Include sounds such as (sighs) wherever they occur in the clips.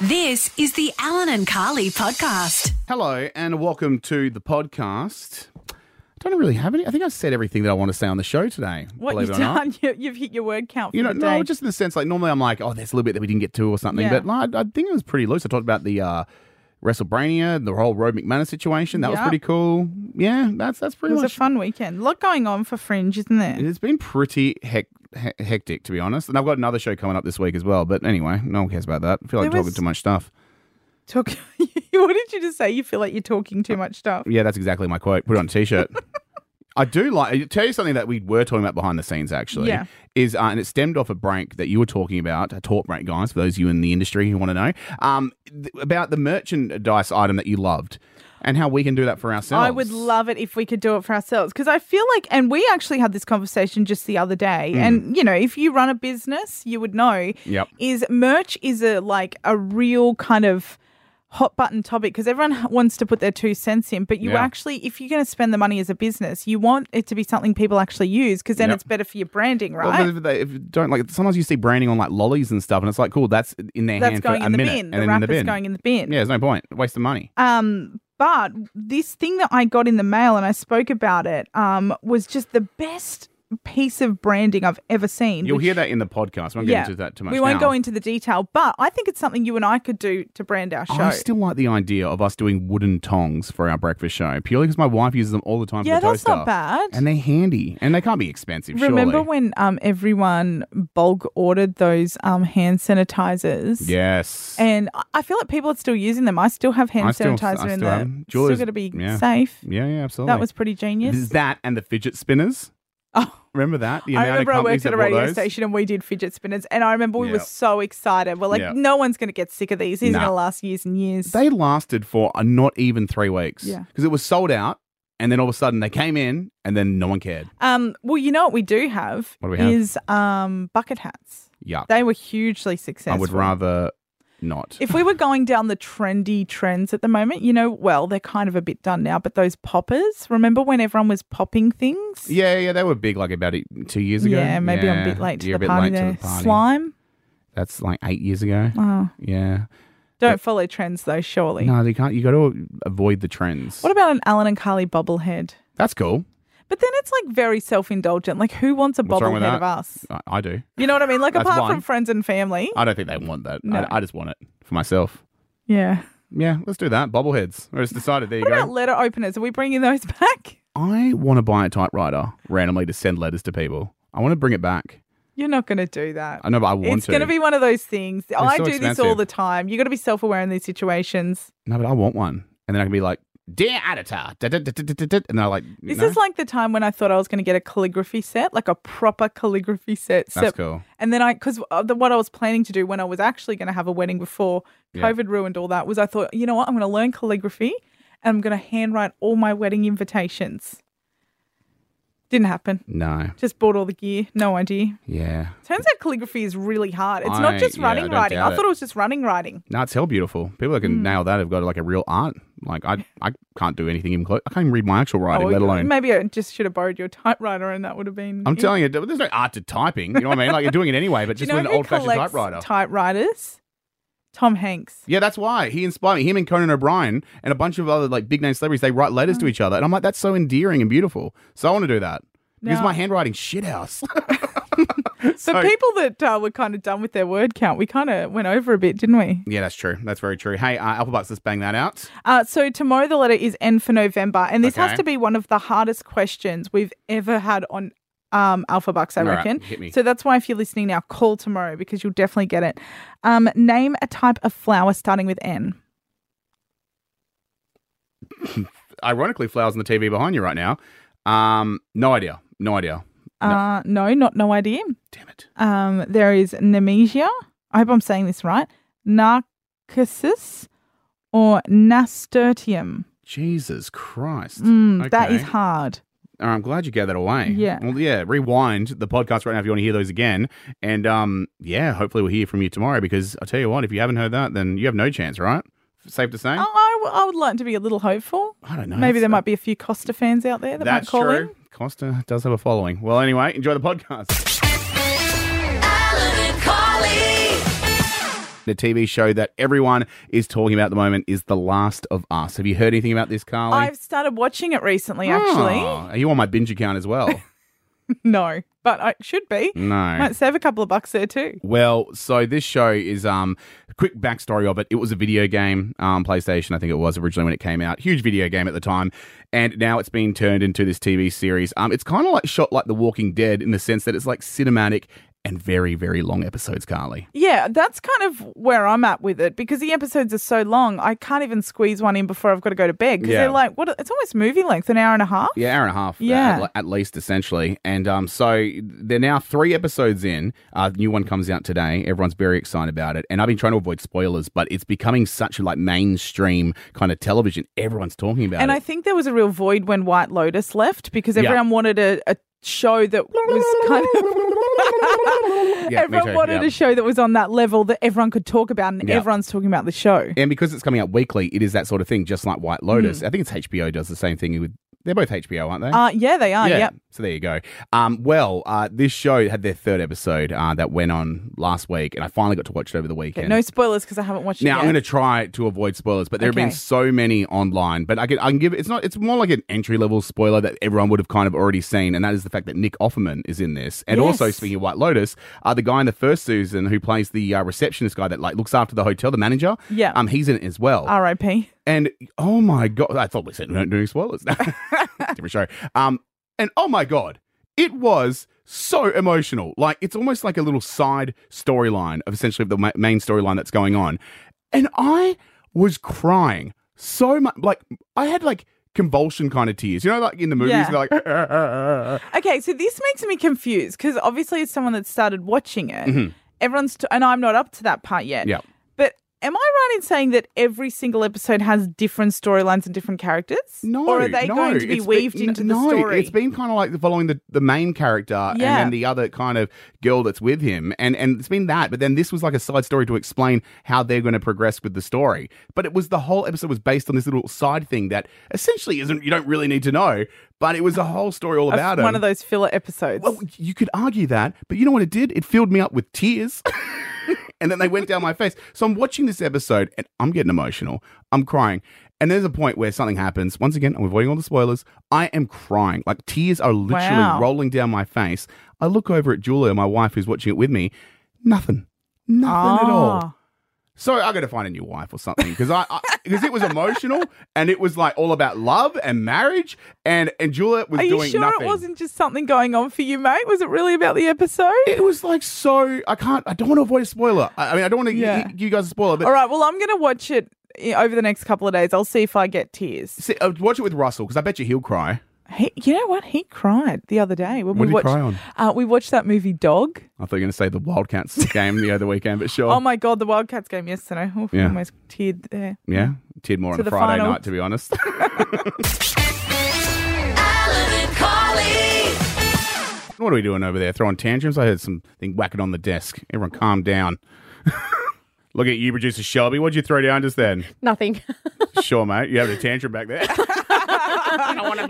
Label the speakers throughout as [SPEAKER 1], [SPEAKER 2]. [SPEAKER 1] This is the Alan and Carly podcast.
[SPEAKER 2] Hello and welcome to the podcast. I don't really have any. I think I've said everything that I want to say on the show today.
[SPEAKER 3] What
[SPEAKER 2] believe
[SPEAKER 3] you've
[SPEAKER 2] it or not.
[SPEAKER 3] done, (laughs) you, you've hit your word count. For
[SPEAKER 2] You know,
[SPEAKER 3] the
[SPEAKER 2] no,
[SPEAKER 3] day.
[SPEAKER 2] just in the sense like normally I'm like, oh, there's a little bit that we didn't get to or something.
[SPEAKER 3] Yeah.
[SPEAKER 2] But no, I, I think it was pretty loose. I talked about the uh, WrestleBrania, the whole Road McManus situation. That was
[SPEAKER 3] Yeah.
[SPEAKER 2] pretty cool. Yeah, that's that's
[SPEAKER 3] it
[SPEAKER 2] pretty
[SPEAKER 3] was a
[SPEAKER 2] much.
[SPEAKER 3] fun weekend. A lot going on for Fringe, isn't there?
[SPEAKER 2] it's been pretty hec- he- hectic to be honest. And I've got another show coming up this week as well. But anyway, no one cares about that. I feel like
[SPEAKER 3] There
[SPEAKER 2] talking
[SPEAKER 3] was-
[SPEAKER 2] too much stuff.
[SPEAKER 3] Talk. (laughs) what did you just say? You feel like you're talking too much stuff.
[SPEAKER 2] Yeah, that's exactly my quote. Put it on a
[SPEAKER 3] (laughs)
[SPEAKER 2] t-shirt. I do like tell you something that we were talking about behind the scenes actually.
[SPEAKER 3] Yeah.
[SPEAKER 2] Is uh, and it stemmed off a break that you were talking about, a talk break, guys. For those of you in the industry who want to know, um, th- about the merchandise item that you loved, and how we can do that for ourselves.
[SPEAKER 3] I would love it if we could do it for ourselves because I feel like, and we actually had this conversation just the other day. And you know, if you run a business, you would know.
[SPEAKER 2] Hmm. Yep.
[SPEAKER 3] Is merch is a like a real kind of hot button topic because everyone h- wants to put their two cents in, but you
[SPEAKER 2] Yeah.
[SPEAKER 3] actually, if you're going to spend the money as a business, you want it to be something people actually use because then
[SPEAKER 2] Yep.
[SPEAKER 3] it's better for your branding,
[SPEAKER 2] Well,
[SPEAKER 3] right?
[SPEAKER 2] if they if you don't like sometimes you see branding on like lollies and stuff, and it's like cool. That's in their
[SPEAKER 3] That's
[SPEAKER 2] hand
[SPEAKER 3] going
[SPEAKER 2] for
[SPEAKER 3] in
[SPEAKER 2] a
[SPEAKER 3] the
[SPEAKER 2] minute,
[SPEAKER 3] bin.
[SPEAKER 2] and
[SPEAKER 3] The
[SPEAKER 2] then in the
[SPEAKER 3] wrapper's
[SPEAKER 2] bin.
[SPEAKER 3] going in the bin.
[SPEAKER 2] yeah, there's no point. Waste of money.
[SPEAKER 3] Um, but this thing that I got in the mail and I spoke about it um, was just the best piece of branding I've ever seen.
[SPEAKER 2] You'll
[SPEAKER 3] which-
[SPEAKER 2] hear that in the podcast. We won't get into that too much.
[SPEAKER 3] We won't
[SPEAKER 2] now.
[SPEAKER 3] go into the detail, but I think it's something you and I could do to brand our show.
[SPEAKER 2] I still like the idea of us doing wooden tongs for our breakfast show purely because my wife uses them all the time.
[SPEAKER 3] yeah,
[SPEAKER 2] for the
[SPEAKER 3] that's
[SPEAKER 2] toaster.
[SPEAKER 3] not bad.
[SPEAKER 2] And they're handy, and they can't be expensive.
[SPEAKER 3] Remember
[SPEAKER 2] surely.
[SPEAKER 3] when um, everyone bulk ordered those um, hand sanitizers?
[SPEAKER 2] Yes.
[SPEAKER 3] And I- I feel like people are still using them. I still have hand
[SPEAKER 2] I still- I
[SPEAKER 3] sanitizer in
[SPEAKER 2] still
[SPEAKER 3] there.
[SPEAKER 2] have 'em. Jewelers-
[SPEAKER 3] still got to be
[SPEAKER 2] yeah.
[SPEAKER 3] safe.
[SPEAKER 2] yeah, yeah, absolutely.
[SPEAKER 3] That was pretty genius.
[SPEAKER 2] There's that and the fidget spinners.
[SPEAKER 3] (laughs) Oh.
[SPEAKER 2] Remember that? The
[SPEAKER 3] I
[SPEAKER 2] amount of
[SPEAKER 3] remember I
[SPEAKER 2] companies
[SPEAKER 3] worked at
[SPEAKER 2] that
[SPEAKER 3] a
[SPEAKER 2] bought
[SPEAKER 3] radio
[SPEAKER 2] those?
[SPEAKER 3] station and we did fidget spinners, and I remember we were
[SPEAKER 2] Yeah.
[SPEAKER 3] so excited. We're like,
[SPEAKER 2] Yeah.
[SPEAKER 3] no one's going to get sick of these. These
[SPEAKER 2] Nah.
[SPEAKER 3] are going to last years and years.
[SPEAKER 2] They lasted for uh, not even three weeks.
[SPEAKER 3] Yeah.
[SPEAKER 2] Because it was sold out, and then all of a sudden they came in, and then no one cared.
[SPEAKER 3] um, well, you know what we do have
[SPEAKER 2] What do we have?
[SPEAKER 3] is um, bucket hats.
[SPEAKER 2] Yuck.
[SPEAKER 3] They were hugely successful.
[SPEAKER 2] I would rather not.
[SPEAKER 3] If we were going down the trendy trends at the moment, you know, well, they're kind of a bit done now, but those poppers, remember when everyone was popping things?
[SPEAKER 2] yeah, yeah, they were big like about eight, two years ago.
[SPEAKER 3] Yeah, maybe I'm a bit late to
[SPEAKER 2] You're
[SPEAKER 3] the
[SPEAKER 2] a bit
[SPEAKER 3] party
[SPEAKER 2] late
[SPEAKER 3] there.
[SPEAKER 2] To the party.
[SPEAKER 3] Slime?
[SPEAKER 2] That's like eight years ago.
[SPEAKER 3] Oh,
[SPEAKER 2] Yeah.
[SPEAKER 3] don't follow trends though, surely.
[SPEAKER 2] No, they can't. You got to avoid the trends.
[SPEAKER 3] What about an Alan and Carly bobblehead?
[SPEAKER 2] That's cool.
[SPEAKER 3] But then it's like very self indulgent. Like, who wants a
[SPEAKER 2] What's wrong with
[SPEAKER 3] bobblehead
[SPEAKER 2] that?
[SPEAKER 3] of us?
[SPEAKER 2] I, I do.
[SPEAKER 3] You know what I mean? Like,
[SPEAKER 2] That's
[SPEAKER 3] apart
[SPEAKER 2] one.
[SPEAKER 3] from friends and family.
[SPEAKER 2] I don't think they want that.
[SPEAKER 3] No.
[SPEAKER 2] I, I just want it for myself.
[SPEAKER 3] Yeah.
[SPEAKER 2] Yeah, let's do that. Bobbleheads. I just decided. There you
[SPEAKER 3] What about
[SPEAKER 2] go.
[SPEAKER 3] letter openers? Are we bringing those (laughs) back?
[SPEAKER 2] I want to buy a typewriter randomly to send letters to people. I want to bring it back.
[SPEAKER 3] You're not going to do that.
[SPEAKER 2] I know, but I want
[SPEAKER 3] It's
[SPEAKER 2] to.
[SPEAKER 3] going to be one of those things. I
[SPEAKER 2] so
[SPEAKER 3] do this all
[SPEAKER 2] expensive.
[SPEAKER 3] the time. you got to be self aware in these situations.
[SPEAKER 2] no, but I want one, and then I can be like, "Dear editor," da, da, da, da, da, da, da," and I like. you
[SPEAKER 3] This
[SPEAKER 2] know?
[SPEAKER 3] is like the time when I thought I was going to get a calligraphy set, like a proper calligraphy set.
[SPEAKER 2] that's
[SPEAKER 3] set.
[SPEAKER 2] cool.
[SPEAKER 3] And then I, because what I was planning to do when I was actually going to have a wedding before
[SPEAKER 2] Yeah.
[SPEAKER 3] COVID ruined all that was I thought, you know what? I'm going to learn calligraphy and I'm going to handwrite all my wedding invitations. Didn't happen.
[SPEAKER 2] No,
[SPEAKER 3] Just bought all the gear. No idea.
[SPEAKER 2] yeah,
[SPEAKER 3] Turns out calligraphy is really hard. It's
[SPEAKER 2] I-
[SPEAKER 3] not just
[SPEAKER 2] yeah, I
[SPEAKER 3] running
[SPEAKER 2] don't
[SPEAKER 3] writing.
[SPEAKER 2] doubt
[SPEAKER 3] I
[SPEAKER 2] it.
[SPEAKER 3] thought it was just running writing.
[SPEAKER 2] no, it's hell beautiful. People that
[SPEAKER 3] Hmm.
[SPEAKER 2] can nail that have got like a real art. Like I, I can't do anything even close. I can't even read my actual writing,
[SPEAKER 3] Oh,
[SPEAKER 2] let alone
[SPEAKER 3] Maybe I just should have borrowed your (laughs) typewriter and that would have been.
[SPEAKER 2] I'm
[SPEAKER 3] it.
[SPEAKER 2] telling you, there's no art to typing. You know what I mean? Like you're doing it anyway, but
[SPEAKER 3] Do you
[SPEAKER 2] just
[SPEAKER 3] know
[SPEAKER 2] with an
[SPEAKER 3] who
[SPEAKER 2] old fashioned
[SPEAKER 3] collects
[SPEAKER 2] typewriter.
[SPEAKER 3] Typewriters?
[SPEAKER 2] (laughs)
[SPEAKER 3] Tom Hanks.
[SPEAKER 2] yeah, that's why he inspired me. Him and Conan O'Brien and a bunch of other like big name celebrities, they write letters to
[SPEAKER 3] Hmm.
[SPEAKER 2] each other, and I'm like, that's so endearing and beautiful. So I want to do that because
[SPEAKER 3] Now-
[SPEAKER 2] my handwriting shit house. (laughs)
[SPEAKER 3] So
[SPEAKER 2] So-
[SPEAKER 3] people that uh, were kind of done with their word count, we kind of went over a bit, didn't we?
[SPEAKER 2] yeah, that's true. That's very true. Hey, uh, Apple Bucks, let's bang that out.
[SPEAKER 3] Uh, so tomorrow the letter is N for November, and this
[SPEAKER 2] Okay.
[SPEAKER 3] has to be one of the hardest questions we've ever had on um, Alpha Bucks, I
[SPEAKER 2] All right,
[SPEAKER 3] reckon.
[SPEAKER 2] hit me.
[SPEAKER 3] So that's why if you're listening now, call tomorrow because you'll definitely get it. Um, name a type of flower starting with N.
[SPEAKER 2] Ironically, flowers on the TV behind you right now. Um, no idea. No idea.
[SPEAKER 3] Uh, no, not no idea.
[SPEAKER 2] Damn it.
[SPEAKER 3] Um, there is Nemesia. I hope I'm saying this right. Narcissus or Nasturtium.
[SPEAKER 2] Jesus Christ.
[SPEAKER 3] Mm, That is
[SPEAKER 2] Okay.
[SPEAKER 3] hard.
[SPEAKER 2] All right, I'm glad you gave that away.
[SPEAKER 3] Yeah.
[SPEAKER 2] Well, yeah. Rewind the podcast right now if you want to hear those again. And um, yeah, hopefully we'll hear from you tomorrow because I'll tell you what, if you haven't heard that, then you have no chance, right? Safe to say.
[SPEAKER 3] Oh, I, w- I would like to be a little hopeful.
[SPEAKER 2] I don't know.
[SPEAKER 3] Maybe there
[SPEAKER 2] That's-
[SPEAKER 3] might be a few Costa fans out there that might
[SPEAKER 2] That's
[SPEAKER 3] call
[SPEAKER 2] true.
[SPEAKER 3] in.
[SPEAKER 2] Costa does have a following. Well, anyway, enjoy the podcast.
[SPEAKER 1] Alan and Carly.
[SPEAKER 2] the TV show that everyone is talking about at the moment is The Last of Us. Have you heard anything about this, Carly?
[SPEAKER 3] I've started watching it recently, actually.
[SPEAKER 2] Oh, are you on my binge account as well?
[SPEAKER 3] (laughs) No, but I should be.
[SPEAKER 2] No.
[SPEAKER 3] Might save a couple of bucks there too.
[SPEAKER 2] Well, so this show is um quick backstory of it. It was a video game, um, PlayStation, I think it was originally when it came out. Huge video game at the time, and now it's been turned into this TV series. Um, it's kind of like shot like The Walking Dead in the sense that it's like cinematic and very very long episodes. Carly,
[SPEAKER 3] Yeah, that's kind of where I'm at with it because the episodes are so long. I can't even squeeze one in before I've got to go to bed because
[SPEAKER 2] Yeah.
[SPEAKER 3] they're like, what? It's almost movie length, an hour and a half.
[SPEAKER 2] yeah, hour and a half,
[SPEAKER 3] Yeah.
[SPEAKER 2] at, at least essentially. And um, so they're now three episodes in. Uh, new one comes out today. Everyone's very excited about it, and I've been trying to avoid spoilers, but it's becoming such a like mainstream kind of television. Everyone's talking about
[SPEAKER 3] And
[SPEAKER 2] it.
[SPEAKER 3] I think there was a real void when White Lotus left because
[SPEAKER 2] Yeah.
[SPEAKER 3] everyone wanted a, a show that was kind of.
[SPEAKER 2] (laughs) Yeah, me
[SPEAKER 3] everyone
[SPEAKER 2] too,
[SPEAKER 3] wanted
[SPEAKER 2] yeah.
[SPEAKER 3] a show that was on that level that everyone could talk about, and
[SPEAKER 2] Yeah.
[SPEAKER 3] everyone's talking about the show.
[SPEAKER 2] And because it's coming out weekly, it is that sort of thing, just like White Lotus.
[SPEAKER 3] Hmm.
[SPEAKER 2] I think it's HBO does the same thing with. They're both HBO, aren't they?
[SPEAKER 3] Uh, yeah, they are. Yep.
[SPEAKER 2] So there you go. Um, well, uh, this show had their third episode uh, that went on last week, and I finally got to watch it over the
[SPEAKER 3] Okay,
[SPEAKER 2] weekend.
[SPEAKER 3] no spoilers because I haven't watched
[SPEAKER 2] now
[SPEAKER 3] it
[SPEAKER 2] I'm
[SPEAKER 3] yet.
[SPEAKER 2] going to try to avoid spoilers, but there have
[SPEAKER 3] Okay.
[SPEAKER 2] been so many online. But I can, I can give it's not it's more like an entry level spoiler that everyone would have kind of already seen, and that is the fact that Nick Offerman is in this. And also
[SPEAKER 3] Yes.
[SPEAKER 2] speaking of White Lotus, uh, the guy in the first season who plays the uh, receptionist guy that like looks after the hotel, the manager,
[SPEAKER 3] Yeah. Ah,
[SPEAKER 2] um, he's in it as well.
[SPEAKER 3] R.I.P.
[SPEAKER 2] And oh my god, I thought we said we weren't doing spoilers. (laughs) Different show. Um, and oh my god, it was so emotional. Like it's almost like a little side storyline of essentially the ma- main storyline that's going on. And I was crying so much. Like I had like convulsion kind of tears. You know, like in the movies,
[SPEAKER 3] Yeah.
[SPEAKER 2] they're like. "Uh,
[SPEAKER 3] Okay, so this makes me confused because obviously, as someone that started watching it, everyone's t- and I'm not up to that part yet.
[SPEAKER 2] Mm-hmm. Yeah.
[SPEAKER 3] But am I right in saying that every single episode has different storylines and different characters?
[SPEAKER 2] No,
[SPEAKER 3] or are they
[SPEAKER 2] no,
[SPEAKER 3] going to be
[SPEAKER 2] it's been-
[SPEAKER 3] weaved
[SPEAKER 2] n-
[SPEAKER 3] into
[SPEAKER 2] no,
[SPEAKER 3] the story?
[SPEAKER 2] It's been kind of like the following the, the main character and
[SPEAKER 3] Yeah.
[SPEAKER 2] then the other kind of girl that's with him, and and it's been that. But then this was like a side story to explain how they're going to progress with the story. But it was the whole episode was based on this little side thing that essentially isn't you don't really need to know, but it was a whole story all
[SPEAKER 3] Of
[SPEAKER 2] about
[SPEAKER 3] one
[SPEAKER 2] him.
[SPEAKER 3] of those filler episodes.
[SPEAKER 2] Well, you could argue that, but you know what it did? It filled me up with tears. (laughs) and then they went down my face. So I'm watching this episode and I'm getting emotional. I'm crying. And there's a point where something happens. Once again, I'm avoiding all the spoilers. I am crying. Like tears are literally
[SPEAKER 3] Wow.
[SPEAKER 2] rolling down my face. I look over at Julia, my wife, who's watching it with me. Nothing. Nothing at all.
[SPEAKER 3] Ah.
[SPEAKER 2] So I got to find a new wife or something because I because it was emotional and it was like all about love and marriage and and Juliet was
[SPEAKER 3] Are you
[SPEAKER 2] doing
[SPEAKER 3] sure
[SPEAKER 2] nothing.
[SPEAKER 3] it wasn't just something going on for you, mate? Was it really about the episode?
[SPEAKER 2] It was like so. I can't. I don't want to avoid a spoiler. I, I mean, I don't want to
[SPEAKER 3] Yeah.
[SPEAKER 2] give you guys a spoiler, but
[SPEAKER 3] all right, well, I'm going to watch it i- over the next couple of days. I'll see if I get tears.
[SPEAKER 2] see, uh, watch it with Russell because I bet you he'll cry.
[SPEAKER 3] He, you know what? He cried the other day
[SPEAKER 2] What
[SPEAKER 3] when we
[SPEAKER 2] did he
[SPEAKER 3] watched.
[SPEAKER 2] cry on?
[SPEAKER 3] Uh, we watched that movie Dog.
[SPEAKER 2] I thought you were going to say the Wildcats
[SPEAKER 3] (laughs)
[SPEAKER 2] game the other weekend, but sure.
[SPEAKER 3] Oh my god, the Wildcats game yesterday. Oh,
[SPEAKER 2] Yeah.
[SPEAKER 3] Almost teared there.
[SPEAKER 2] yeah, teared more
[SPEAKER 3] To
[SPEAKER 2] on a
[SPEAKER 3] the
[SPEAKER 2] Friday
[SPEAKER 3] final.
[SPEAKER 2] night, to be honest. (laughs)
[SPEAKER 1] Alan and Carly.
[SPEAKER 2] what are we doing over there? Throwing tantrums? I heard something whacking on the desk. Everyone, calm down. (laughs) Look at you, producer Shelby. What'd you throw down just
[SPEAKER 3] (laughs)
[SPEAKER 2] then? (laughs)
[SPEAKER 4] Nothing.
[SPEAKER 2] sure, mate. You having a tantrum back there?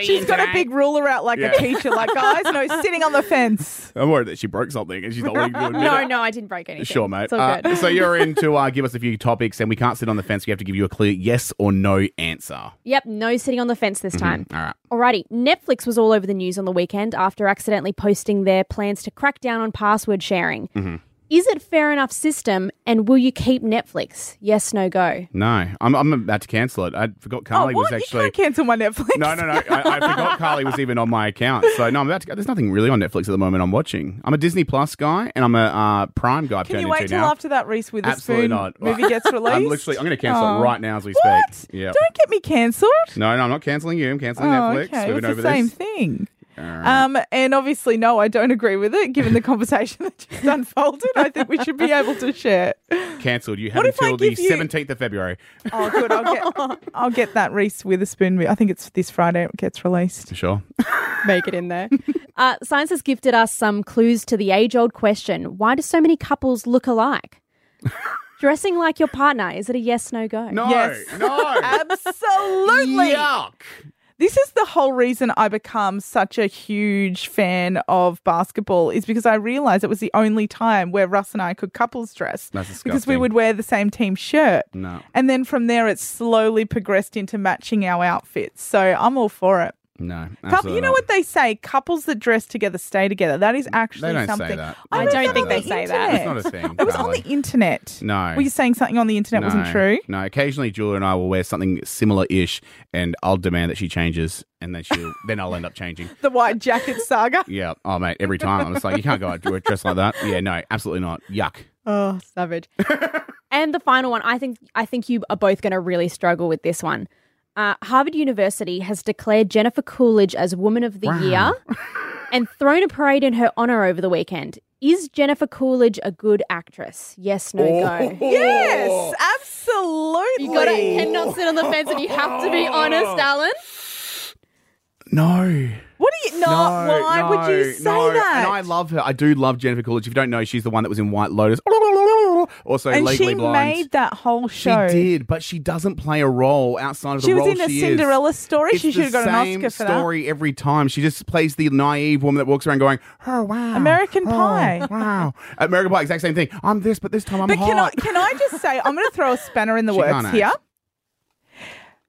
[SPEAKER 3] She's got a big ruler out like
[SPEAKER 2] Yeah.
[SPEAKER 3] a teacher, like
[SPEAKER 2] (laughs)
[SPEAKER 3] guys, no sitting on the fence.
[SPEAKER 2] I'm worried that she broke something and she's not willing to admit
[SPEAKER 4] no,
[SPEAKER 2] it.
[SPEAKER 4] Oh, no, I didn't break anything.
[SPEAKER 2] Sure, mate.
[SPEAKER 4] It's all
[SPEAKER 2] Uh, (laughs)
[SPEAKER 4] good.
[SPEAKER 2] so you're
[SPEAKER 3] (laughs)
[SPEAKER 2] in to uh, give us a few topics, and we can't sit on the fence. We have to give you a clear yes or no answer.
[SPEAKER 4] Yep, no sitting on the fence this time.
[SPEAKER 2] Mm-hmm. All right.
[SPEAKER 4] Alrighty, Netflix was all over the news on the weekend after accidentally posting their plans to crack down on password sharing.
[SPEAKER 2] Mm-hmm.
[SPEAKER 4] Is it fair enough system and will you keep Netflix? Yes, no, go.
[SPEAKER 2] No, I'm, I'm about to cancel it. I forgot Carly
[SPEAKER 3] oh, what?
[SPEAKER 2] was
[SPEAKER 3] You
[SPEAKER 2] actually.
[SPEAKER 3] can't cancel my Netflix.
[SPEAKER 2] No, no, no. I, I
[SPEAKER 3] (laughs)
[SPEAKER 2] forgot Carly was even on my account. So no, I'm about to. There's nothing really on Netflix at the moment. I'm watching. I'm a Disney Plus guy, and I'm a uh, Prime guy. I've
[SPEAKER 3] Can
[SPEAKER 2] turned
[SPEAKER 3] you wait
[SPEAKER 2] into
[SPEAKER 3] till
[SPEAKER 2] now.
[SPEAKER 3] after that Reese Witherspoon
[SPEAKER 2] Absolutely not. (laughs)
[SPEAKER 3] (laughs) movie gets released?
[SPEAKER 2] I'm literally. I'm going to cancel
[SPEAKER 3] Oh.
[SPEAKER 2] it right now as we
[SPEAKER 3] What?
[SPEAKER 2] speak. Yeah.
[SPEAKER 3] Don't get me cancelled.
[SPEAKER 2] No, no, I'm not canceling you. I'm canceling
[SPEAKER 3] Oh,
[SPEAKER 2] Netflix.
[SPEAKER 3] okay.
[SPEAKER 2] Moving
[SPEAKER 3] It's
[SPEAKER 2] over
[SPEAKER 3] the same
[SPEAKER 2] this.
[SPEAKER 3] thing.
[SPEAKER 2] All right.
[SPEAKER 3] Um, and obviously, no, I don't agree with it. Given the (laughs) conversation that just unfolded, I think we should be able to share.
[SPEAKER 2] Cancelled. You have
[SPEAKER 3] if I
[SPEAKER 2] until the
[SPEAKER 3] give you-
[SPEAKER 2] 17th of February.
[SPEAKER 3] Oh, good. I'll
[SPEAKER 4] (laughs)
[SPEAKER 3] get, I'll get that Reese Witherspoon. mo- I think it's this Friday it gets released. (laughs)
[SPEAKER 2] Sure.
[SPEAKER 4] Make it in there. uh, science has gifted us some clues to the age old question why do so many couples
[SPEAKER 2] (laughs)
[SPEAKER 4] look alike? Dressing like
[SPEAKER 3] (laughs)
[SPEAKER 4] your partner, is it a yes, no, go?
[SPEAKER 2] No.
[SPEAKER 3] Yes.
[SPEAKER 2] No.
[SPEAKER 3] (laughs) Absolutely.
[SPEAKER 2] Yuck.
[SPEAKER 3] This is the whole reason I become such a huge fan of basketball is because I realized it was the only time where Russ and I could couples dress.
[SPEAKER 2] That's
[SPEAKER 3] Because we
[SPEAKER 2] disgusting.
[SPEAKER 3] would wear the same team shirt.
[SPEAKER 2] No,
[SPEAKER 3] And then from there, it slowly progressed into matching our outfits. So I'm all for it.
[SPEAKER 2] no.
[SPEAKER 3] Couple,
[SPEAKER 2] absolutely
[SPEAKER 3] you know
[SPEAKER 2] not.
[SPEAKER 3] what they say: couples that dress together stay together. That is actually
[SPEAKER 2] They don't
[SPEAKER 3] something.
[SPEAKER 2] say that.
[SPEAKER 4] I
[SPEAKER 3] read
[SPEAKER 4] don't
[SPEAKER 3] that
[SPEAKER 4] think
[SPEAKER 3] on
[SPEAKER 4] they
[SPEAKER 3] the
[SPEAKER 4] say that.
[SPEAKER 2] It's
[SPEAKER 3] internet.
[SPEAKER 2] not a thing.
[SPEAKER 3] It was on the
[SPEAKER 2] darling.
[SPEAKER 3] internet.
[SPEAKER 2] No.
[SPEAKER 3] Were you saying something on the internet
[SPEAKER 2] no,
[SPEAKER 3] wasn't true?
[SPEAKER 2] No, occasionally Julia and I will wear something similar-ish, and I'll demand that she changes, and then
[SPEAKER 3] (laughs)
[SPEAKER 2] she'll then I'll end up changing.
[SPEAKER 3] The white jacket saga.
[SPEAKER 2] Yeah. Oh, mate. Every time I'm just like, you can't go out dressed like that. Yeah. No. Absolutely not. Yuck.
[SPEAKER 3] (laughs) Oh, savage.
[SPEAKER 4] And the final one, I think I think you are both going to really struggle with this one. Uh, Harvard University has declared Jennifer Coolidge as Woman of the
[SPEAKER 2] Wow.
[SPEAKER 4] Year and thrown a parade in her honor over the weekend. Is Jennifer Coolidge a good actress? Yes, no, go.
[SPEAKER 2] Oh.
[SPEAKER 3] Oh. Yes, absolutely.
[SPEAKER 4] You gotta cannot sit on the fence, and you have to be honest, Alan.
[SPEAKER 2] (laughs) No.
[SPEAKER 3] What do you? No, why
[SPEAKER 2] no,
[SPEAKER 3] would you say
[SPEAKER 2] no.
[SPEAKER 3] that?
[SPEAKER 2] And I love her. I do love Jennifer Coolidge. If you don't know, she's the one that was in White Lotus. (laughs) Also,
[SPEAKER 3] and
[SPEAKER 2] Legally
[SPEAKER 3] she
[SPEAKER 2] Blind.
[SPEAKER 3] made that whole
[SPEAKER 2] she
[SPEAKER 3] show.
[SPEAKER 2] did, but she doesn't play a role outside of the
[SPEAKER 3] She was
[SPEAKER 2] role
[SPEAKER 3] in a
[SPEAKER 2] she is.
[SPEAKER 3] Cinderella story.
[SPEAKER 2] It's
[SPEAKER 3] she should
[SPEAKER 2] the
[SPEAKER 3] have got an
[SPEAKER 2] same
[SPEAKER 3] Oscar for
[SPEAKER 2] story every time. She just plays the naive woman that walks around going, "Oh wow,
[SPEAKER 3] American
[SPEAKER 2] Oh,
[SPEAKER 3] Pie."
[SPEAKER 2] wow, American Pie." Exact same thing. I'm this, but this time I'm
[SPEAKER 3] that. But can I
[SPEAKER 2] hot.
[SPEAKER 3] can I just say I'm going to throw a spanner in the
[SPEAKER 2] (laughs) She can't
[SPEAKER 3] works
[SPEAKER 2] act.
[SPEAKER 3] here.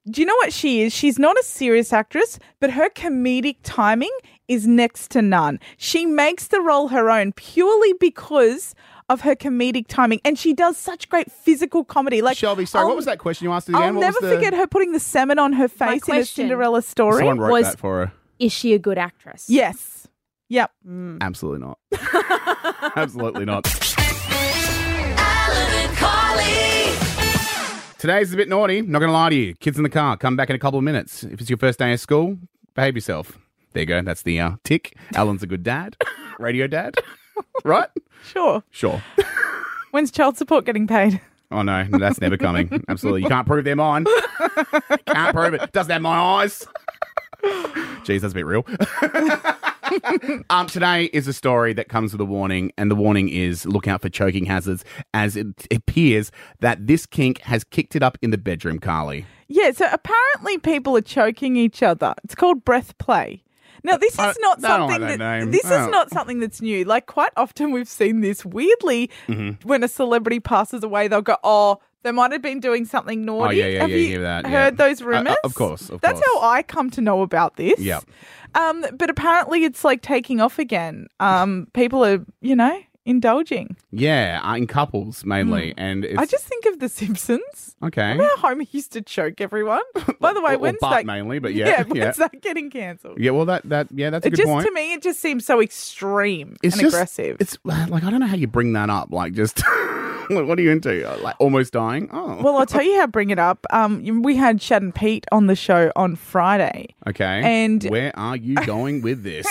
[SPEAKER 3] Do you know what she is? She's not a serious actress, but her comedic timing is next to none. She makes the role her own purely because of her comedic timing, and she does such great physical comedy. Like
[SPEAKER 2] Shelby, sorry,
[SPEAKER 3] I'll-
[SPEAKER 2] what was that question you asked at the
[SPEAKER 3] I'll
[SPEAKER 2] end? What
[SPEAKER 3] never
[SPEAKER 2] was the...
[SPEAKER 3] forget her putting the salmon on her face in a
[SPEAKER 4] question.
[SPEAKER 3] Cinderella story.
[SPEAKER 2] Someone wrote
[SPEAKER 4] was-
[SPEAKER 2] that for her.
[SPEAKER 4] Is she a good actress?
[SPEAKER 3] Yes. Yep.
[SPEAKER 2] Mm. Absolutely
[SPEAKER 3] (laughs)
[SPEAKER 2] not. Absolutely not.
[SPEAKER 1] Alan and Carly.
[SPEAKER 2] Today's a bit naughty. Not going to lie to you. Kids in the car. Come back in a couple of minutes. If it's your first day of school, behave yourself. There you go. That's the uh, tick. Alan's a good dad. Radio dad. right?
[SPEAKER 3] Sure.
[SPEAKER 2] Sure.
[SPEAKER 3] When's child support getting paid?
[SPEAKER 2] Oh no, no, that's never coming. Absolutely, you can't prove they're mine. can't prove it. Doesn't have my eyes. Jeez, that's a bit real. (laughs) um, today is a story that comes with a warning, and the warning is look out for choking hazards, as it appears that this kink has kicked it up in the bedroom, Carly.
[SPEAKER 3] Yeah, so apparently people are choking each other. It's called breath play. Now this
[SPEAKER 2] I-
[SPEAKER 3] is not
[SPEAKER 2] I don't like
[SPEAKER 3] something
[SPEAKER 2] that
[SPEAKER 3] that,
[SPEAKER 2] name. Oh.
[SPEAKER 3] this
[SPEAKER 2] I
[SPEAKER 3] is
[SPEAKER 2] don't-
[SPEAKER 3] not something that's new. Like quite often we've seen this weirdly
[SPEAKER 2] Mm-hmm.
[SPEAKER 3] when a celebrity passes away they'll go, "Oh, they might have been doing something naughty."
[SPEAKER 2] Oh, yeah, yeah,
[SPEAKER 3] have
[SPEAKER 2] yeah,
[SPEAKER 3] you
[SPEAKER 2] hear that, yeah.
[SPEAKER 3] heard those
[SPEAKER 2] Uh, uh,
[SPEAKER 3] rumors?
[SPEAKER 2] of course, of
[SPEAKER 3] That's
[SPEAKER 2] course.
[SPEAKER 3] how I come to know about this.
[SPEAKER 2] Yep.
[SPEAKER 3] Um, but apparently it's like taking off again. Um, people are, you know, indulging.
[SPEAKER 2] Yeah, uh, in couples mainly, and it's
[SPEAKER 3] Hmm. I just think of The Simpsons.
[SPEAKER 2] okay.
[SPEAKER 3] Remember how Homer used to choke everyone? (laughs) By the way,
[SPEAKER 2] Or- or
[SPEAKER 3] when's
[SPEAKER 2] Bart
[SPEAKER 3] that
[SPEAKER 2] mainly, but yeah, yeah,
[SPEAKER 3] (laughs) when's that getting cancelled?
[SPEAKER 2] yeah. Well, that that yeah, that's a
[SPEAKER 3] It
[SPEAKER 2] good
[SPEAKER 3] just
[SPEAKER 2] point.
[SPEAKER 3] to me, it just seems so extreme and
[SPEAKER 2] just-
[SPEAKER 3] aggressive.
[SPEAKER 2] It's (sighs) like I don't know how you bring that up. Like just (laughs) like, what are you into? Uh, Like almost dying. Oh,
[SPEAKER 3] well, I'll tell you how. Bring it up. Um, we had Shad and Pete on the show on Friday,
[SPEAKER 2] okay.
[SPEAKER 3] and-
[SPEAKER 2] where are
[SPEAKER 3] (laughs)
[SPEAKER 2] you going with this?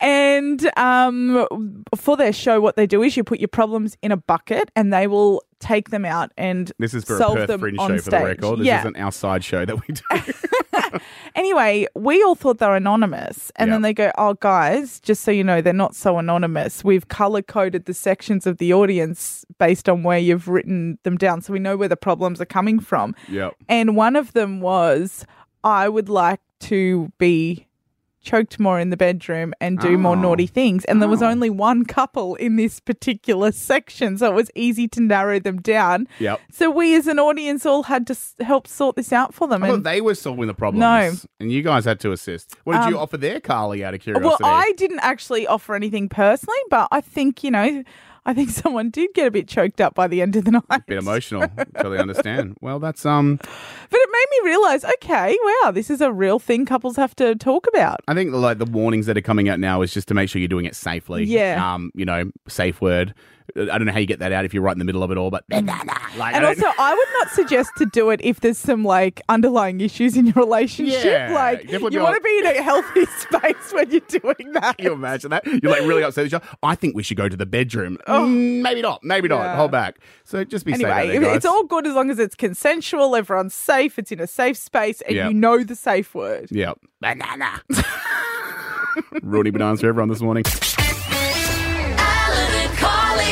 [SPEAKER 3] and um, for their show, what they do is you put your problems in a bucket, and they will take them out and
[SPEAKER 2] this is for
[SPEAKER 3] solve
[SPEAKER 2] a Perth
[SPEAKER 3] them
[SPEAKER 2] fringe
[SPEAKER 3] on
[SPEAKER 2] show
[SPEAKER 3] stage.
[SPEAKER 2] for the record. This
[SPEAKER 3] yeah.
[SPEAKER 2] isn't our side show that
[SPEAKER 3] (laughs)
[SPEAKER 2] we do. (laughs)
[SPEAKER 3] Anyway, we all thought they're anonymous. And then
[SPEAKER 2] Yep.
[SPEAKER 3] they go, Oh, guys, just so you know, they're not so anonymous. We've color coded the sections of the audience based on where you've written them down. So we know where the problems are coming from.
[SPEAKER 2] yep.
[SPEAKER 3] And one of them was, I would like to be choked more in the bedroom and do more
[SPEAKER 2] Oh.
[SPEAKER 3] naughty things. And there was only one couple in this particular section. So it was easy to narrow them down.
[SPEAKER 2] Yep.
[SPEAKER 3] So we as an audience all had to s- help sort this out for them.
[SPEAKER 2] I
[SPEAKER 3] and
[SPEAKER 2] thought they were solving the problems.
[SPEAKER 3] No.
[SPEAKER 2] And you guys had to assist. What did you
[SPEAKER 3] Um,
[SPEAKER 2] offer there, Carly, out of
[SPEAKER 3] Well,
[SPEAKER 2] curiosity?
[SPEAKER 3] I didn't actually offer anything personally, but I think, you know, I think (laughs) someone did get a bit choked up by the end of the (laughs) night.
[SPEAKER 2] Bit emotional,
[SPEAKER 3] (laughs)
[SPEAKER 2] totally understand. Well, that's um.
[SPEAKER 3] But it made me realize, okay, wow, this is a real thing couples have to talk about.
[SPEAKER 2] I think like the warnings that are coming out now is just to make sure you're doing it safely.
[SPEAKER 3] Yeah.
[SPEAKER 2] Um. You know, safe word. I don't know how you get that out if you're right in the middle of it all, but like I
[SPEAKER 3] (laughs) And
[SPEAKER 2] don't-
[SPEAKER 3] also, I would not suggest to do it if there's some like underlying issues in your relationship.
[SPEAKER 2] Yeah,
[SPEAKER 3] like, you
[SPEAKER 2] definitely
[SPEAKER 3] want
[SPEAKER 2] be on-
[SPEAKER 3] to be in a healthy (laughs) space when you're
[SPEAKER 2] (laughs)
[SPEAKER 3] doing that.
[SPEAKER 2] (laughs) Can you imagine that? You're like really upset with each other. I think we should go to the
[SPEAKER 3] (laughs)
[SPEAKER 2] bedroom. Mm, maybe not. Maybe not.
[SPEAKER 3] Oh. Yeah.
[SPEAKER 2] Hold back. So just be safe. out
[SPEAKER 3] Anyway,
[SPEAKER 2] there, guys.
[SPEAKER 3] it's all good as long as it's consensual, everyone's safe, it's in a safe space, and
[SPEAKER 2] Yeah.
[SPEAKER 3] you know the safe word.
[SPEAKER 2] Yeah. Banana. (laughs) Ruining bananas for everyone this morning.
[SPEAKER 1] Alan and Carly.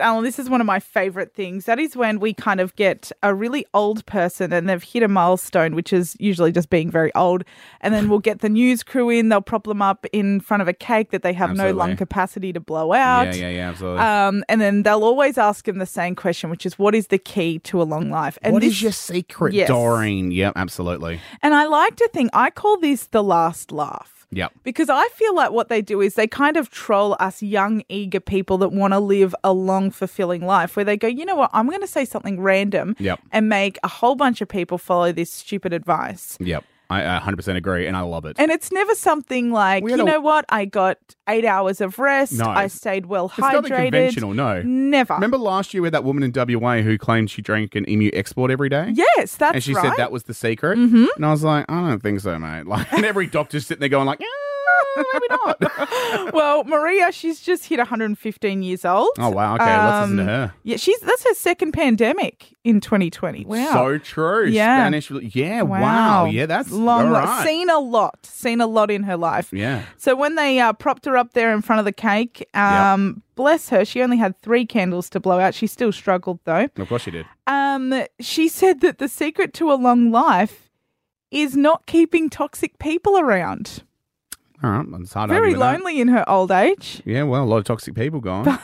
[SPEAKER 3] Alan, this is one of my favorite things. That is when we kind of get a really old person and they've hit a milestone, which is usually just being very old. And then we'll get the news crew in, they'll prop them up in front of a cake that they have no
[SPEAKER 2] Absolutely.
[SPEAKER 3] lung capacity to blow out.
[SPEAKER 2] Yeah, yeah, yeah, absolutely.
[SPEAKER 3] Um, and then they'll always ask him the same question, which is, "What is the key to a long life?" And
[SPEAKER 2] what
[SPEAKER 3] this,
[SPEAKER 2] is your secret,
[SPEAKER 3] Yes.
[SPEAKER 2] Doreen? Yep, absolutely.
[SPEAKER 3] and I like to think I call this the last laugh.
[SPEAKER 2] Yep.
[SPEAKER 3] Because I feel like what they do is they kind of troll us young, eager people that want to live a long, fulfilling life where they go, you know what, I'm going to say something random
[SPEAKER 2] Yep.
[SPEAKER 3] and make a whole bunch of people follow this stupid advice.
[SPEAKER 2] Yep. I I 100% agree, and I love it.
[SPEAKER 3] And it's never something like,
[SPEAKER 2] We had
[SPEAKER 3] you
[SPEAKER 2] a-
[SPEAKER 3] know what, I got eight hours of rest,
[SPEAKER 2] No.
[SPEAKER 3] I stayed well
[SPEAKER 2] it's
[SPEAKER 3] hydrated.
[SPEAKER 2] nothing conventional, no.
[SPEAKER 3] Never.
[SPEAKER 2] Remember last year we had that woman in WA who claimed she drank an emu export every day?
[SPEAKER 3] yes, that's
[SPEAKER 2] and she
[SPEAKER 3] right.
[SPEAKER 2] said that was the secret. Mm-hmm. And I was like, I don't think so, mate. (laughs) Like, and every doctor's sitting there going like, "Yeah, maybe not.
[SPEAKER 3] (gasps) well, Maria, she's just hit 115 years old.
[SPEAKER 2] oh wow, okay, let's listen to
[SPEAKER 3] Um,
[SPEAKER 2] her.
[SPEAKER 3] Yeah, she's that's her second pandemic in 2020. Wow.
[SPEAKER 2] So true.
[SPEAKER 3] Yeah.
[SPEAKER 2] Spanish. Yeah. Oh, Wow. Yeah. That's
[SPEAKER 3] long.
[SPEAKER 2] all
[SPEAKER 3] li-
[SPEAKER 2] right.
[SPEAKER 3] Seen a lot. Seen a lot in her life.
[SPEAKER 2] Yeah.
[SPEAKER 3] So when they uh, propped her up there in front of the cake, um, bless her, she only had three candles to blow out. She still struggled though.
[SPEAKER 2] Of course she did.
[SPEAKER 3] Um, she (laughs) said that the secret to a long life is not keeping toxic people around.
[SPEAKER 2] All right. It's hard.
[SPEAKER 3] Very
[SPEAKER 2] arguing with that.
[SPEAKER 3] lonely in her old age.
[SPEAKER 2] Yeah. Well, a lot of toxic people gone.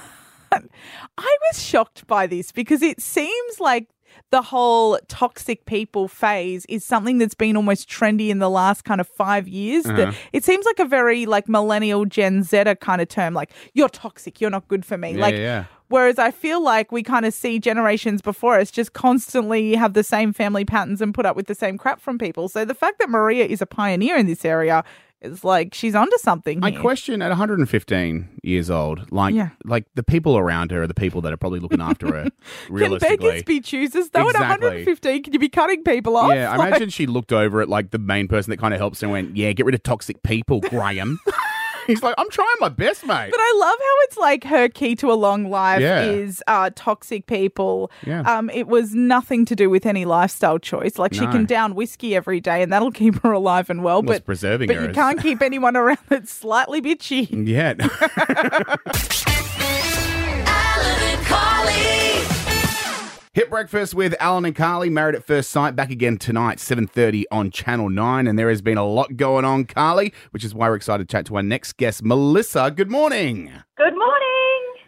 [SPEAKER 3] I was shocked by this because it seems like the whole toxic people phase is something that's been almost trendy in the last kind of five years.
[SPEAKER 2] Uh-huh.
[SPEAKER 3] That it seems like a very like millennial Gen Zer kind of term, like you're toxic, you're not good for me.
[SPEAKER 2] Yeah,
[SPEAKER 3] like
[SPEAKER 2] yeah, yeah.
[SPEAKER 3] whereas I feel like we kind of see generations before us just constantly have the same family patterns and put up with the same crap from people. So the fact that Maria is a pioneer in this area is like she's onto something.
[SPEAKER 2] I
[SPEAKER 3] (laughs) here.
[SPEAKER 2] question at 115 years old, like,
[SPEAKER 3] Yeah.
[SPEAKER 2] like the people around her are the people that are probably looking after her.
[SPEAKER 3] (laughs) Can
[SPEAKER 2] realistically,
[SPEAKER 3] beggars be choosers though? At
[SPEAKER 2] Exactly.
[SPEAKER 3] 115, can you be cutting (laughs) people off?
[SPEAKER 2] Yeah, I
[SPEAKER 3] Like-
[SPEAKER 2] imagine she looked over at like the main person that kind of helps and went, "Yeah, get rid of toxic people,
[SPEAKER 3] (laughs)
[SPEAKER 2] Graham." He's like, "I'm trying my best, mate."
[SPEAKER 3] But uh, I love how it's like her key to a long life
[SPEAKER 2] Yeah.
[SPEAKER 3] is uh, toxic people.
[SPEAKER 2] Yeah.
[SPEAKER 3] Um, it was nothing to do with any lifestyle choice. Like she
[SPEAKER 2] No.
[SPEAKER 3] can down whiskey every day, and that'll keep her alive and well.
[SPEAKER 2] What's
[SPEAKER 3] But
[SPEAKER 2] preserving
[SPEAKER 3] but
[SPEAKER 2] her
[SPEAKER 3] you
[SPEAKER 2] is-
[SPEAKER 3] can't keep anyone (laughs) around that's slightly bitchy.
[SPEAKER 2] (laughs) yeah, (laughs)
[SPEAKER 1] Alan and Carly.
[SPEAKER 2] hit breakfast with Alan and Carly, married at first sight. Back again tonight, seven thirty on Channel Nine, and there has been a lot going on, Carly, which is why we're excited to chat to our next guest, Melissa. Good morning.
[SPEAKER 5] Good morning.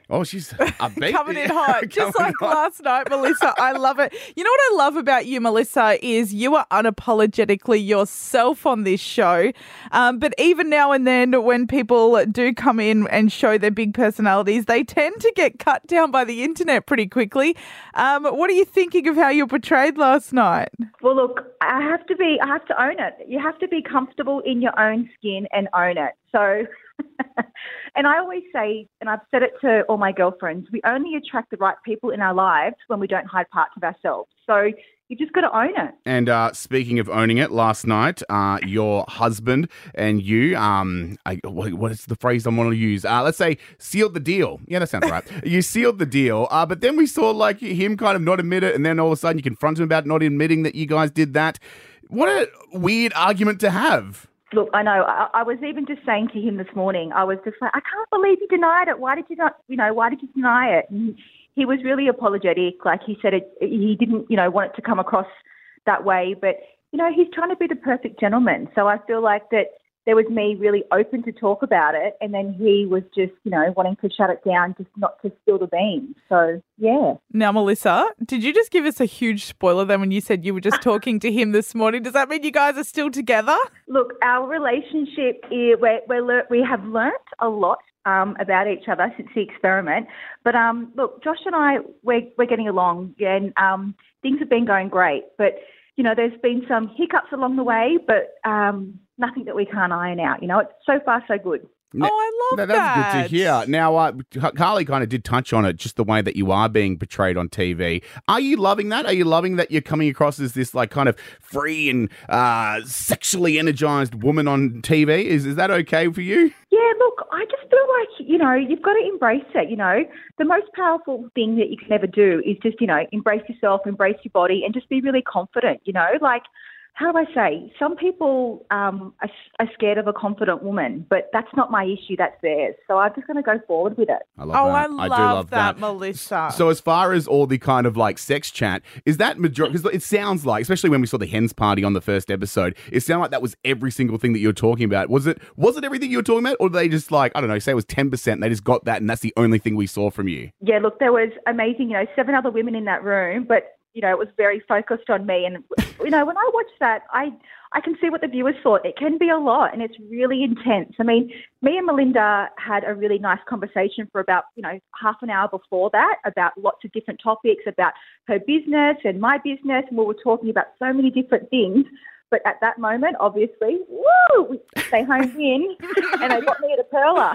[SPEAKER 2] Oh, she's (laughs) upbeat.
[SPEAKER 3] (laughs) Coming
[SPEAKER 2] (laughs)
[SPEAKER 3] in hot, just
[SPEAKER 2] Coming
[SPEAKER 3] like
[SPEAKER 2] hot.
[SPEAKER 3] last night, Melissa. I love it. You know what I love about you, Melissa, is you are unapologetically yourself on this show. Um, but even now and then, when people do come in and show their big personalities, they tend to get cut down by the internet pretty quickly. Um, what are you thinking of how you're portrayed last night?
[SPEAKER 5] Well, look, I have to be, I have to own it. You have to be comfortable in your own skin and own it. So, (laughs) and I always say, and I've said it to all my girlfriends, we only attract the right people in our lives when we don't hide parts of ourselves. So you just got to own it.
[SPEAKER 2] And uh, speaking of owning it, last night, uh, your husband and you, um, I, what what is the phrase I want to use? Uh, let's say sealed the deal. Yeah, that sounds right. you sealed the deal, uh, but then we saw like him kind of not admit it, and then all of a sudden you confront him about not admitting that you guys did that. What a weird argument to have.
[SPEAKER 5] Look, I know. I, I was even just saying to him this morning, I was just like, I can't believe you denied it. Why did you not, you know, why did you deny it? And he was really apologetic. Like he said, it, he didn't, you know, want it to come across that way. But, you know, he's trying to be the perfect gentleman. So I feel like that there was me really open to talk about it. And then he was just, you know, wanting to shut it down, just not to spill the beans. So, yeah.
[SPEAKER 3] Now, Melissa, did you just give us a huge spoiler then when you said you were just talking to him this morning? Does that mean you guys are still together?
[SPEAKER 5] Look, our relationship, is, we're, we're lear- we have learnt a lot um, about each other since the experiment. But um, look, Josh and I, we're, we're getting along and um, things have been going great. But, you know, there's been some hiccups along the way, but um, nothing that we can't iron out. You know, it's so far, so good.
[SPEAKER 2] No-
[SPEAKER 3] oh, I love
[SPEAKER 2] No,
[SPEAKER 3] that.
[SPEAKER 2] that's good to hear. Now, uh, Ca- Carly kind of did touch on it, just the way that you are being portrayed on TV. Are you loving that? Are you loving that you're coming across as this like kind of free and uh, sexually energized woman on TV? Is is that okay for you?
[SPEAKER 5] Yeah, look, I just feel like, you know, you've got to embrace it. You know, the most powerful thing that you can ever do is just, you know, embrace yourself, embrace your body, and just be really confident, you know, like how do I say? Some people um, are, are scared of a confident woman, but that's not my issue. That's theirs. So I'm just going to go forward with it.
[SPEAKER 2] I
[SPEAKER 3] Oh,
[SPEAKER 2] love
[SPEAKER 3] I
[SPEAKER 2] that.
[SPEAKER 3] love,
[SPEAKER 2] do love
[SPEAKER 3] that,
[SPEAKER 2] that.
[SPEAKER 3] Melissa.
[SPEAKER 2] So as far as all the kind of like sex chat, is that majority? Because it sounds like, especially when we saw the hens party on the first episode, it sounded like that was every single thing that you were talking about. Was it? Was it everything you were talking about, or did they just like I don't know, say it was ten percent? They just got that, and that's the only thing we saw from you.
[SPEAKER 5] Yeah, look, there was amazing. You know, seven other women in that room, but you know, it was very focused on me. And you know, when I watch that, I I can see what the viewers thought. It can be a lot, and it's really intense. I mean, me and Melinda had a really nice conversation for about you know half an hour before that about lots of different topics about her business and my business, and we were talking about so many different things. But at that moment, obviously, woo, we- they homed in, and they got me at a perler.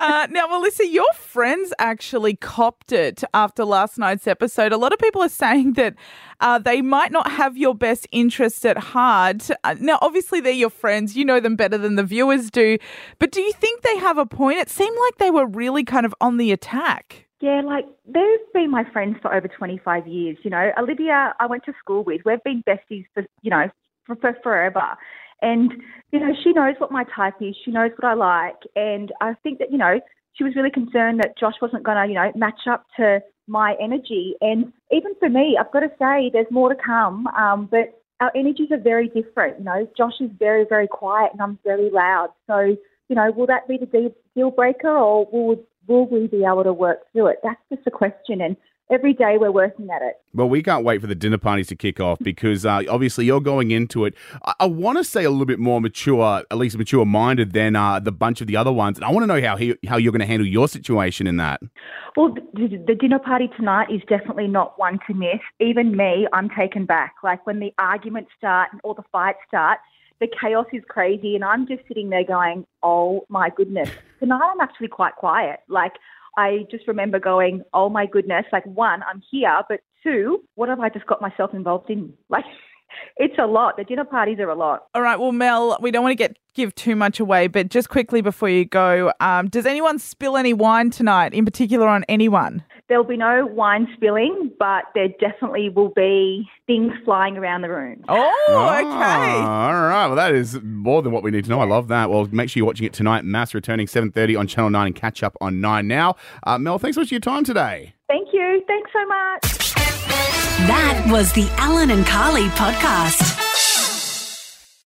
[SPEAKER 3] Uh, now, Melissa, your friends actually copped it after last night's episode. A lot of people are saying that uh, they might not have your best interests at heart. Uh, now, obviously, they're your friends. You know them better than the viewers do. But do you think they have a point? It seemed like they were really kind of on the attack.
[SPEAKER 5] Yeah, like they've been my friends for over 25 years. You know, Olivia, I went to school with. We've been besties for, you know, for, for forever. And, you know, she knows what my type is. She knows what I like. And I think that, you know, she was really concerned that Josh wasn't going to, you know, match up to my energy. And even for me, I've got to say there's more to come. Um, but our energies are very different. You know, Josh is very, very quiet and I'm very loud. So, you know, will that be the de- deal breaker or will will we be able to work through it? That's just the question. And every day we're working at it.
[SPEAKER 2] Well, we can't wait for the dinner parties to kick off because uh, obviously you're going into it. I, I want to say a little bit more mature, at least mature minded than uh, the bunch of the other ones. And I want to know how he, how you're going to handle your situation in that.
[SPEAKER 5] Well, the, the dinner party tonight is definitely not one to miss. Even me, I'm taken back. Like when the arguments start and all the fights start, the chaos is crazy, and I'm just sitting there going, "Oh my goodness!" Tonight, I'm actually quite quiet. Like I just remember going, "Oh my goodness!" Like one, I'm here, but two, what have I just got myself involved in? (laughs) Like it's a lot. The dinner parties are a lot.
[SPEAKER 3] All right, well, Mel, we don't want to get give too much away, but just quickly before you go, um, does anyone spill any wine tonight, in particular on anyone?
[SPEAKER 5] There'll be no wine spilling, but there definitely will be things flying around the room.
[SPEAKER 3] Oh, okay.
[SPEAKER 2] Ah, all right. Well, that is more than what we need to know. I love that. Well, make sure you're watching it tonight. Mass returning 7.30 on Channel 9 and catch up on 9 now. Uh, Mel, thanks so much for your time today.
[SPEAKER 5] Thank you. Thanks so much.
[SPEAKER 1] That was the Alan and Carly podcast.